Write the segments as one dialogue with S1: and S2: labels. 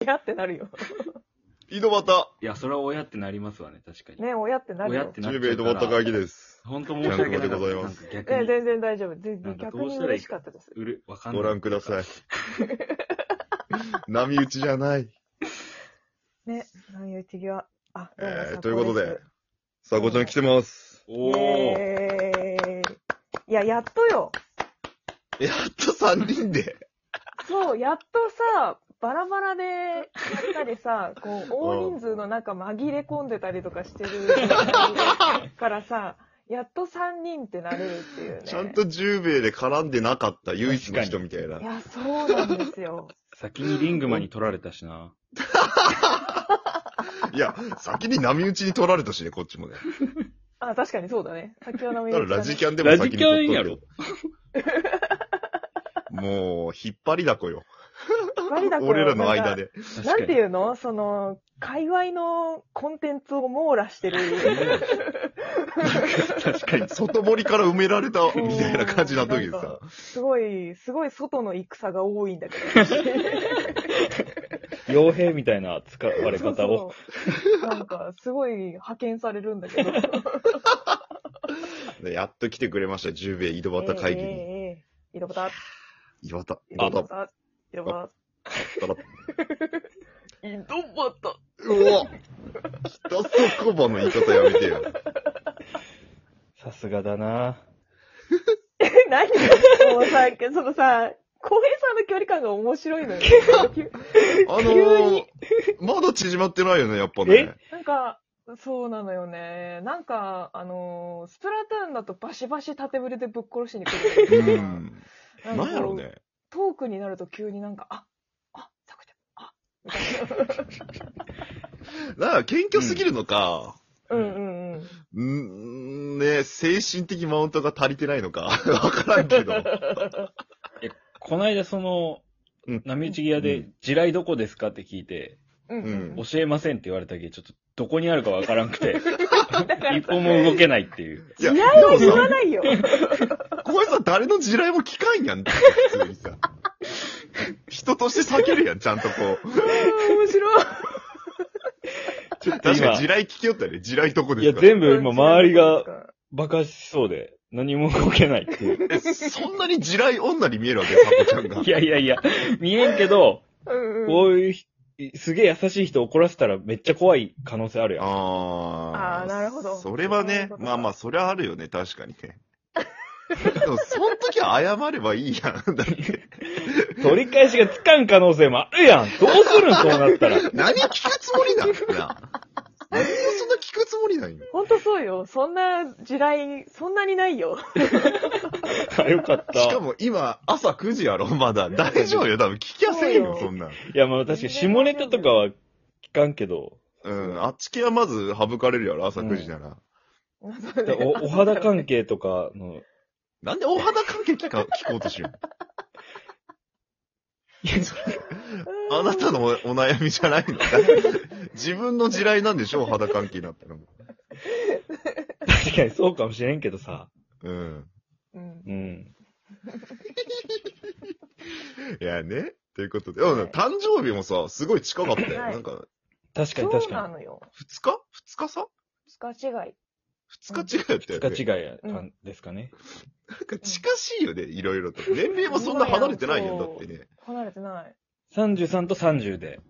S1: 親ってなるよ。
S2: 井戸端、
S3: いや、それは親ってなりますわね、確か に。
S1: ね、親ってなるよ。
S3: 親ってなっ
S2: 10
S3: ちゃう
S2: 名井戸端会議です。
S3: 本当申し訳なか
S2: ジャンクでござい
S3: っ
S2: ま
S3: た。
S2: す
S3: なんか逆
S1: ね、
S3: に、
S1: 全然大丈夫。全
S3: なん
S1: 然
S3: か
S1: 逆
S3: どう
S1: に
S3: したらいい
S1: 嬉しかったです。
S3: うる、わかんない。
S2: ご覧ください
S3: い。。
S2: 波打ちじゃない。
S1: ね、何言ってきは。あ、どうも
S2: えー、
S1: 佐藤
S2: ということで
S1: です、
S2: さあ、こちらに来てます。
S3: お
S1: イ
S3: ー。
S1: エーイいや、やっとよ。
S2: やっと3人で。
S1: そう、やっとさ、バラバラで、やったりさ、こう、大人数の中紛れ込んでたりとか してるからさ、やっと3人ってなれるっていうね。。
S2: ちゃんと10名で絡んでなかった唯一の人みたいない
S1: や、そうなんですよ。
S3: 先にリングマに取られたしな。
S2: いや、先に波打ちに取られたしね、こっちもね。
S1: あ、確かにそうだね。先ほども
S2: だ
S1: 言
S2: か
S1: っ
S2: ら
S1: た、
S2: ラ
S1: ね。
S2: ジキャンでも先に取っと
S3: ラ
S2: る
S3: ジ
S2: よ。もう、引っ張りだこよ。
S1: バリだこれ
S2: 俺らの間。で。
S3: 確
S1: なんか
S3: か
S1: なんて
S3: に。
S1: いうのその、界隈のコンテンツを網羅 してる。
S2: 確かに、外堀から埋められた、みたいな感じになった時で
S1: なん
S2: さ。
S1: かすごい、すごい外の戦が多いんだけど。
S3: 傭兵みたいな使われ方を。
S1: そうそうなんか、すごい派遣されるんだけど。
S2: でやっと来てくれました、10名井戸端会議
S1: ええ
S2: に。
S1: ええ井戸端、
S2: 井戸端、井
S1: 井
S2: 戸
S1: 戸
S2: 端、
S1: 端、井戸端。
S2: ただ
S1: 井戸端。
S2: うわ北そこばの言い方やめてよ。
S3: さすがだな
S1: え、 何 もうさ、そのさ、浩平さんの距離感が面白いのよ。
S2: あのー、まだ縮まってないよね、やっぱね。
S1: なんか、そうなのよね。なんか、あのースプラトゥーンだとバシバシ縦振りでぶっ殺しに来る
S2: う
S1: けどさ。
S2: ん。
S1: んかこ
S2: なんやろう。ね。
S1: トークになると急になんか、あ、あ、さくちゃん、あ、みたい
S2: だから、謙虚すぎるのか、
S1: な。うんうんうん。
S2: うん、ね、精神的マウントが足りてないのか、 わからんけど。
S3: こないだその
S2: うん、
S3: 波打ち際
S2: う
S3: で、地雷どこですかって聞いて、
S1: うん うん
S3: 教えませんって言われたけど、ちょっと、どこにあるかわからんく て、
S1: だから
S3: 一歩も動けないっていう。
S2: いや、
S1: い
S2: で
S1: やいや
S2: も
S1: 言わ
S2: さ、
S1: ないよ。
S2: 小林さん誰の地雷も聞かんやん、普通にさ。人として避けるやん、ちゃんとこう。
S1: うん面白い。
S3: ちょ
S2: 確
S3: っ
S2: かに地雷聞きよったよね。地雷どこ
S3: い
S2: で
S3: や、
S2: すか
S3: 全部今、周りが、爆発しそうで、何も動けないっていう。
S2: えそんなに地雷女に見えるわけ、サコちゃんが
S3: い。やいやいや、見えんけど、
S1: うんうん。
S3: こういうひ、すげえ優しい人怒らせたらめっちゃ怖い可能性あるやん。
S2: あー
S1: あーなるほど
S2: それは
S1: そうい
S2: ね
S1: うこ、とか
S2: まあまあ、それはあるよね、確かに ね。でも、その時は謝ればいいやん。だって、
S3: 取り返しがつかん可能性もあるやんどうするんそうなったら。
S2: 何聞くつもりなんだな。何もそんな聞くつもりないよ。
S1: ほんとそうよ。そんな地雷、そんなにないよ。
S3: あ、よかった。
S2: しか
S3: い
S2: も今、朝9時やろ、まだ。大丈夫よ、多分聞きやせんよ、
S1: そ
S2: そんなん。
S3: や、まあ確かに下ネタとかは聞かんけど、
S2: うん、あっち系はまず省かれるやろ、朝9時なら。
S3: おお肌関係とかの、
S2: なんでお肌関係聞か、聞こうとしよう。あなたのおお悩みじゃないの自分の地雷なんでしょ、お肌関係になったの。
S3: 確かにそうかもしれんけどさ。
S2: うん。
S1: うん。
S3: うん。
S2: いやね。ということで。うん誕生日もさ、すごい近かったよ。
S1: はい
S2: なんか、
S3: 確か
S1: そ
S3: に確
S1: うな
S3: か
S1: のよ。
S2: 二日二日さ
S1: 二日違い。
S2: 二日違いだったよ、ね。
S3: に。
S2: 違
S3: が違いやったんですかね。
S2: なんか近しいよね、いろいろと。年齢もそんな離れてないよ、だってね。
S1: 離れてない。
S3: 33と30で。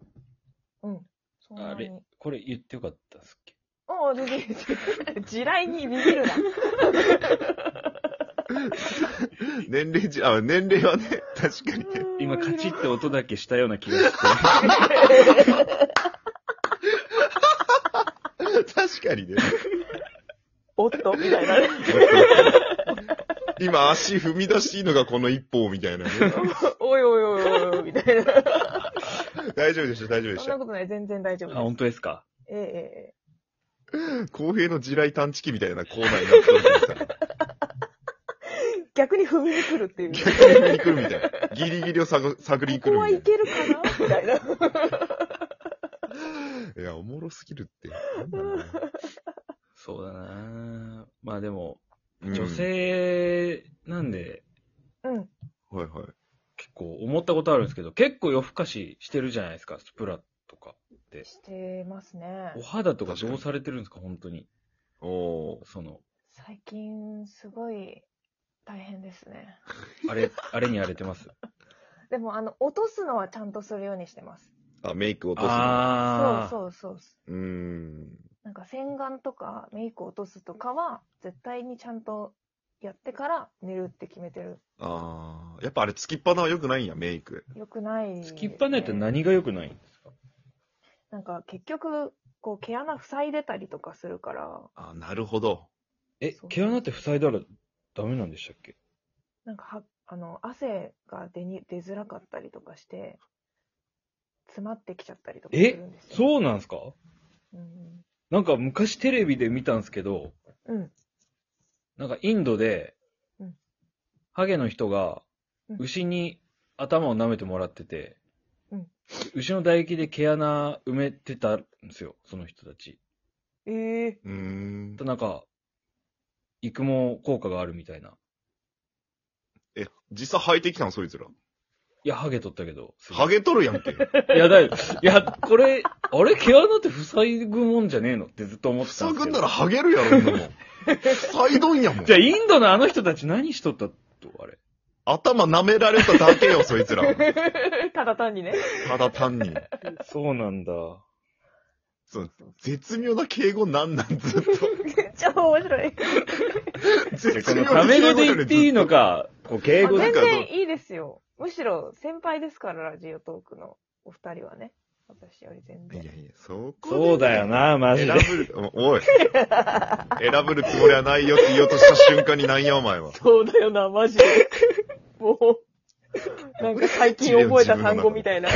S1: うん。そんな
S3: あれ
S1: に。
S3: これ言ってよかったっすっけ
S1: おお、全然。地雷にビビるな。
S2: 年齢じ、あ、年齢はね、確かに ね。
S3: 今カチ
S1: ッ。
S3: って音だけしたような気がして。
S2: 確かにね。
S1: おっと、みたいな ね。
S2: 今足踏み出していいのがこの一歩みたいなね。
S1: おいおいおいおいおい、みたいな。
S2: 大丈夫でした、大丈夫で
S1: そ
S2: し
S1: んな
S2: た。
S1: ことない。全然大丈夫
S3: あ、本
S1: です。
S3: 当ですか
S1: えええ
S2: 公平の地雷探知機みたいなコーナーになってるけどさ。
S1: え逆に踏みに来るっていう。
S2: 逆に振り来るみたいな。ギリギリを探探りに来
S1: こ
S2: る
S1: こは
S2: みた
S1: い
S2: な。
S1: いけるかなみたいな。
S2: いや、おもろすぎるって。なんだろうね
S3: そうだなぁまあでも、
S2: うん
S3: 女性なんで、
S1: うん。
S2: はいはい。
S3: 結構思ったこことあるんですけど、結構夜更かししてるじゃないですか、スプラとか。
S1: してますね
S3: お。肌とかどうされてるんですか、本当に。
S2: おー
S3: その、
S1: 最近、すごい、大変ですね。
S3: あれ、あれに荒れてます。
S1: でも、あの、落とすのはちゃんとするようにしてます。
S2: あ、メイ ク落とすの。
S3: ああ。う
S1: そうそうそう。
S2: うーん。
S1: なんか洗顔とかメイク落とすとかは、絶対にちゃんとやってから寝るって決めてる。
S2: あーやっぱあれ、つきっぱなは良くないんや、メイク。
S1: よくない、
S3: そう。つきっぱないと何が良くないんですか
S1: なんか結局、こう毛穴塞いでたりとかするから、
S2: あーなるほど。
S3: え
S1: そう、
S3: 毛穴って塞いだらダメなんでしたっけ
S1: なんかは、あの、汗が出に、出づらかったりとかして、詰まってきちゃったりとかするんですよ。
S3: そうなんですか
S1: うん
S3: なんか昔テレビで見たんですけど、
S1: うん。
S3: なんかインドで
S1: うん、
S3: ハゲの人が
S1: うん
S3: 牛に頭を舐めてもらってて
S1: うん、
S3: 牛の唾液で毛穴埋めてたんですよ、その人たち。
S1: ええ
S2: うーん。
S3: なんか、育毛効果があるみたいな。
S2: え、実際履いてきたの、そいつら。
S3: いや、ハゲ取ったけど。すごい
S2: ハゲとるやん け。
S3: いや、だい、いや、これ、あれ、毛穴って塞ぐもんじゃねえのってずっと思ってた
S2: 塞
S3: んで
S2: ぐ
S3: すけ
S2: ん
S3: ど。
S2: ならハゲるやろ、んなもん。塞いどんやもん
S3: じ。ゃあ、インドのあの人たち何しとったと、あれ。
S2: 頭舐められただけよ、そいつら。
S1: ただ単にね。
S2: ただ単に。
S3: そうなんだ。
S2: そう絶妙な敬語なんなん、ずっと。
S1: めっちゃ面白い。
S2: 絶
S3: こ
S2: 妙
S3: の
S2: な
S3: タメ語で言っていいの
S2: か。
S3: か、こう敬
S1: あ
S3: 語で
S2: なん
S1: 全
S2: か
S1: 然いいですよ。むしろ先輩ですから、ラジオトークのお二人はね。私より全
S2: い
S1: 然。
S2: やいや、そこでね
S3: そうだよ。な、マジ
S2: 選
S3: で。
S2: ぶる、おい。選ぶるつもりはないよって言おうとした瞬間になんや、お前は。
S1: そうだよな、マ ジで。もう、なんか最近覚えた単語み たいな。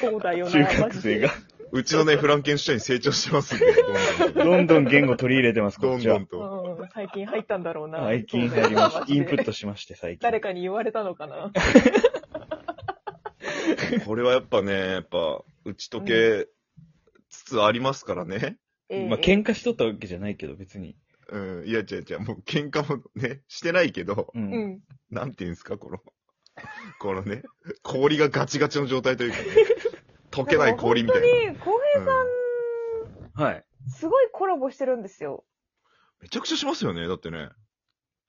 S1: そうだよな、
S3: 中
S1: マ
S3: 学
S1: ジ
S3: 生
S1: で。
S3: が。
S2: うちのね、フランケンシュタイン成長してますんで、どんどん。
S3: どんどん言語取り入れてます、こ
S2: ど
S3: っ
S2: ん
S3: ち
S2: ど
S3: は
S2: ん。と。
S1: うん、最近入ったんだろうな。
S3: 最近
S1: そうだよ
S3: 入り
S1: な
S3: ま
S1: マジ
S3: した。
S1: で
S3: インプットしまして、最近
S1: 誰。かに言われたのかな。
S2: これはやっぱね、やっぱ、打ち解けつつありますからね。
S1: ええ
S3: まあ、喧嘩しとったわけじゃないけど、別に。
S2: うん、いや、違う違う、もう喧嘩もね、してないけど、
S3: う。
S1: うんん。
S2: なんていうんですか、この、このね、氷がガチガチの状態というかね、溶けない氷みたいな。
S1: 本当に、浩平さ
S2: うん
S1: ん、
S3: はい。
S1: すごいコラボしてるんですよ。
S2: めちゃくちゃしますよね、だってね。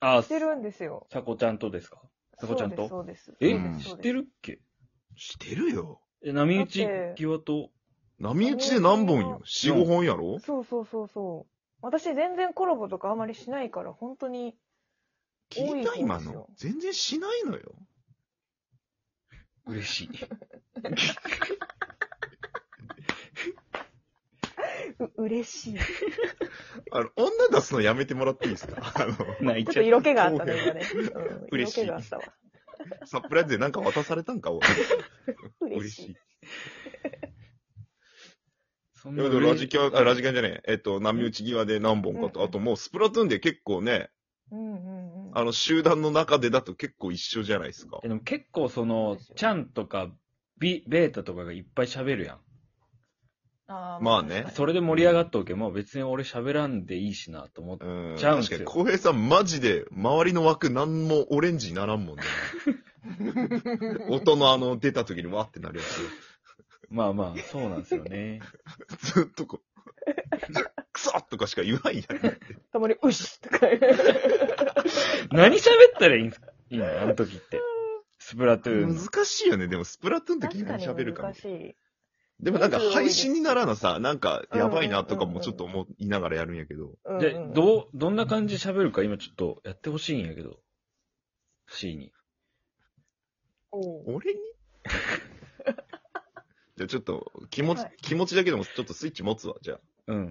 S3: あ、
S1: し
S3: さ
S1: てるんですよ。
S3: こちゃんとですかさこちゃんと
S1: そうです、そう
S3: え
S1: です。そうです
S3: 知ってるっけ
S2: してるよ。
S3: え、波打ち
S1: だって
S3: 際と、
S2: 波打ちで何本よ ?4、5本やろ
S1: そうそうそうそう。私全然コラボとかあまりしないから、本当に。
S2: 聞い
S1: 多
S2: た
S1: い方
S2: 今
S1: ですよ
S2: の。全然しないのよ。
S3: 嬉 しい。
S1: う、嬉しい。ち
S2: あの、女出すのやめてもらっていいですかあの、
S3: 泣い
S1: ょっ
S3: ち
S1: と
S3: ゃ
S1: 色気があったね、 今ね。うん、
S2: 嬉しい
S1: 色気があったわ。
S2: サプライズでなんか渡されたんか、おい
S1: 嬉
S2: 嬉
S1: し
S2: し
S1: い
S2: い。。
S3: そん
S2: いや、でもラジキャン、あ、ラジキャンじゃねえ。えっと、波打ち際で何本か
S1: うん
S2: と、あともうスプラトゥーンで結構ね、
S1: うんうんうん。
S2: あの、集団の中でだと結構一緒じゃないですか
S3: え。でも結構そ
S1: そう
S3: の
S1: ですよ、
S3: ちゃんとか、ビ、ベータとかがいっぱい喋るや
S1: あー
S2: まあね
S3: ん。
S1: 確か
S3: それで盛り上がっとけも、別に俺喋らんでいいしなと思って。
S2: うん。
S3: ちゃうん
S2: 確
S3: す
S2: か
S3: よ
S2: に、浩平さんマジで、周りの枠なんもオレンジになら んもんね。音のあの、出た時にわーってなるや
S3: まあまあ、そうなんですよね。
S2: つ。ずっと こう、くそとかしか言わんやん。
S1: にたまに、うしとか。
S3: 何喋ったらいいんすいいのあの時って。スプラトゥーンの。
S2: 難しいよね。でも、スプラトゥーンって基
S1: 確
S2: 本
S1: かに
S2: 喋るから
S1: 難。しい。
S2: でもなんか配信にならなさ、なんかやばいなとかもちょっと思いながらやるんやけど。
S1: うんうん
S3: で、どう、どんな感じで喋るか今ちょっとやってほしいんやけど。C に。
S1: おう
S2: 俺にじゃあちょっと気持ち、
S1: はい
S2: 気持ちだけでもちょっとスイッチ持つわ。じゃ
S3: うん。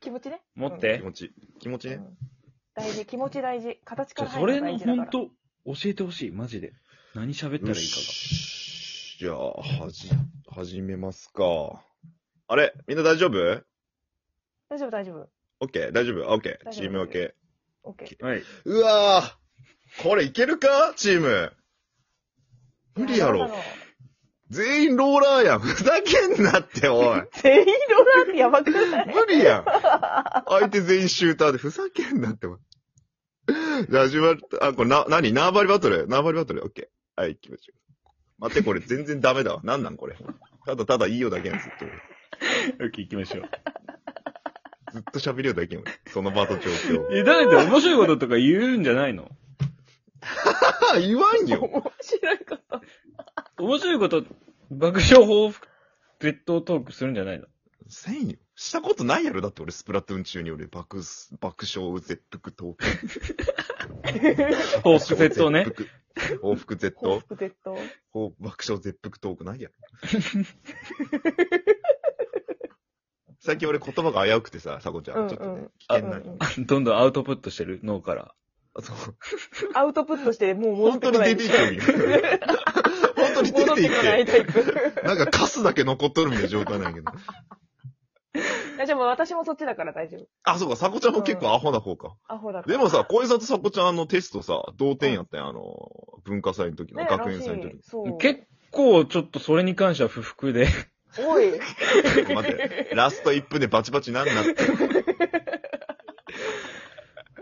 S1: 気持ちね。
S3: 持っ
S2: あ
S3: て
S2: 気。持ち、気持ちね
S1: う。ん大事、気持ち大事。形
S3: ち
S1: か
S3: ょ
S1: ら
S3: そ
S1: 入る
S3: れ
S1: のが
S3: の
S1: 大事だから
S3: 本。当、教えてほしい。マジで。何喋った
S2: よ
S3: らいいかが。
S2: しじゃあ、はじ、始めますか。あれみんな大丈夫
S1: 大丈夫、大丈夫。
S2: オッケー大丈夫オッケー
S1: 大丈夫
S2: チーム分け。
S1: オッケー。
S3: はい。
S2: うわぁこれいけるかチーム。無理や
S1: いどう
S2: ろ
S1: だ。
S2: 全員ローラーやん。ふざけんなって、おい。
S1: 全員ローラーってやばくない
S2: 無理やん。相手全員シューターで、ふざけんなって。じゃあ始まった、あ、これな、何縄張りバトル縄張りバトルオッケはい、行きましょう。待って、これ全然ダメだわ。なんなんこれ。ただただいいよだけやん、ずっと。
S3: オッケー行きましょう。
S2: ずっと喋りよだけやん。その場と状況。
S3: え、だって面白いこととか言うんじゃないの
S2: あ、言わんよ。
S1: 面白いこと。
S3: 面白いこと、爆笑報復、別途トークするんじゃないの
S2: せんよ。したことないやろだって俺、スプラトゥーン中に俺、爆す、爆笑、絶腹、トー
S3: 報
S2: ク。
S3: 復絶倒ね。
S2: 絶腹。報復絶
S1: 報
S2: 倒。
S1: 復絶倒。
S2: 報爆笑、絶腹、トークないやろ。最近俺言葉が危うくてさ、サコちゃ
S1: うん
S2: ん。
S1: う
S2: ちょっとね
S1: ん、
S2: 危険な。
S1: うんうん
S3: どんどんアウトプットしてる脳から。
S2: あそう
S1: アウトプットして、もう戻っ
S2: 本
S1: てこ
S2: 当に
S1: な
S2: 出
S1: い。
S2: ていくよみたいな。本当に出
S1: 戻って
S2: い
S1: て
S2: く
S1: こないタイプ。
S2: なんかカスだけ残っとるみたいな状態なんやけど。
S1: 大丈夫、私もそっちだから大丈夫。
S2: あ、そうか、サコちゃんも結構アホな方か。
S1: アホだから。
S2: でもさ、小江さんとサコちゃんあのテストさ、同点やったやん、あの、文化祭の時の、
S1: ね、
S2: 学園祭の時
S1: らしいそう。
S3: 結構ちょっとそれに関しては不服で。
S1: おい。
S2: の。待って、ラスト1分でバチバチなんなって。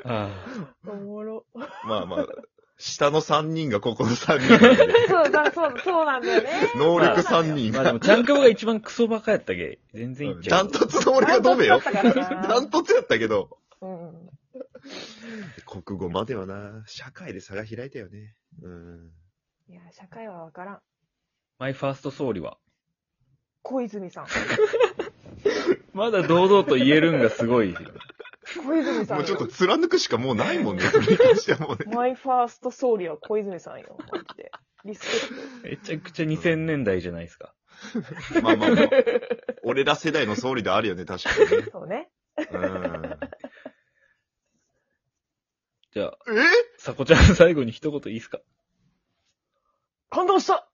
S3: あ
S1: おもろ。
S2: まあまあ、下の3人がここの3人なんで、
S1: そうだ、そう、そうなんだよね。
S2: 能力3人
S3: あ。まあで
S2: が。
S3: も、ちゃんかぼが一番クソバカやったけ。全然いっち
S2: ダ
S3: ゃ
S2: ン
S3: う。
S2: トツの俺が止めよ。ダ
S1: ダ
S2: ン
S1: ン
S2: トツやったけど、
S1: うん。
S2: 国語まではな、社会で差が開いたよね。うん。
S1: いや、社会はわからん。
S3: マイファースト総理は。
S1: 小泉さん。
S3: まだ堂々と言えるんがすごい。
S1: 小泉さんよ。
S2: もうちょっと貫くしかもうないもんね、それに関してはもうね。
S1: マイファースト総理は小泉さんよ。マジでリスペク
S3: めちゃくちゃ2000年代じゃないですか。
S2: まあまあまあ。俺ら世代の総理であるよね、確かにね
S1: ト。そうね。。
S2: うん。
S3: じゃあ、
S2: え
S3: さこちゃん最後に一言いいですか
S1: 感動した